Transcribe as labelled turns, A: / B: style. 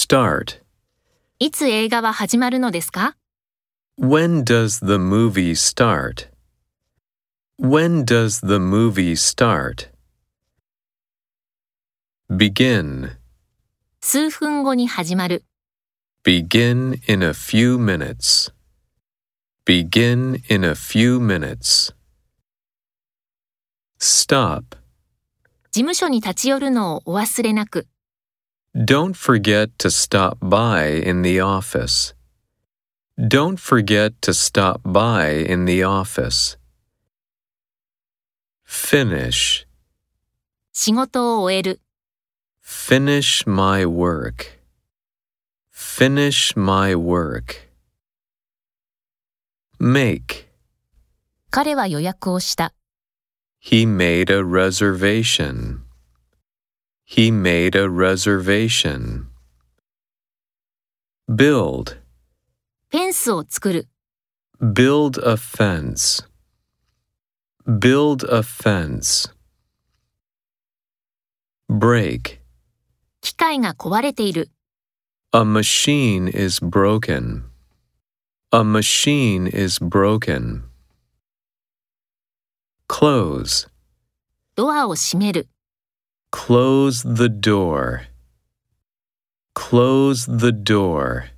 A: start?
B: いつ映画は始まるのですか
A: When does the movie start? When does the movie start? Begin.
B: 数分後に始まる。
A: Begin in a few minutes. Begin in a few minutes. Stop.
B: 事務所に立ち寄るのをお忘れなく。
A: Don't forget to stop by in the office. Don't forget to stop by in the office. Finish.
B: 仕事を終える。
A: Finish my work. Finish my work. Make.
B: 彼は予約をした。
A: He made a reservation. He made a reservation. Build.
B: フェンスを作る。
A: Build a fence. Build a fence. Break.
B: 機械が壊れている。
A: A machine is broken. A machine is broken. Close.
B: ドアを閉める。
A: Close the door. Close the door.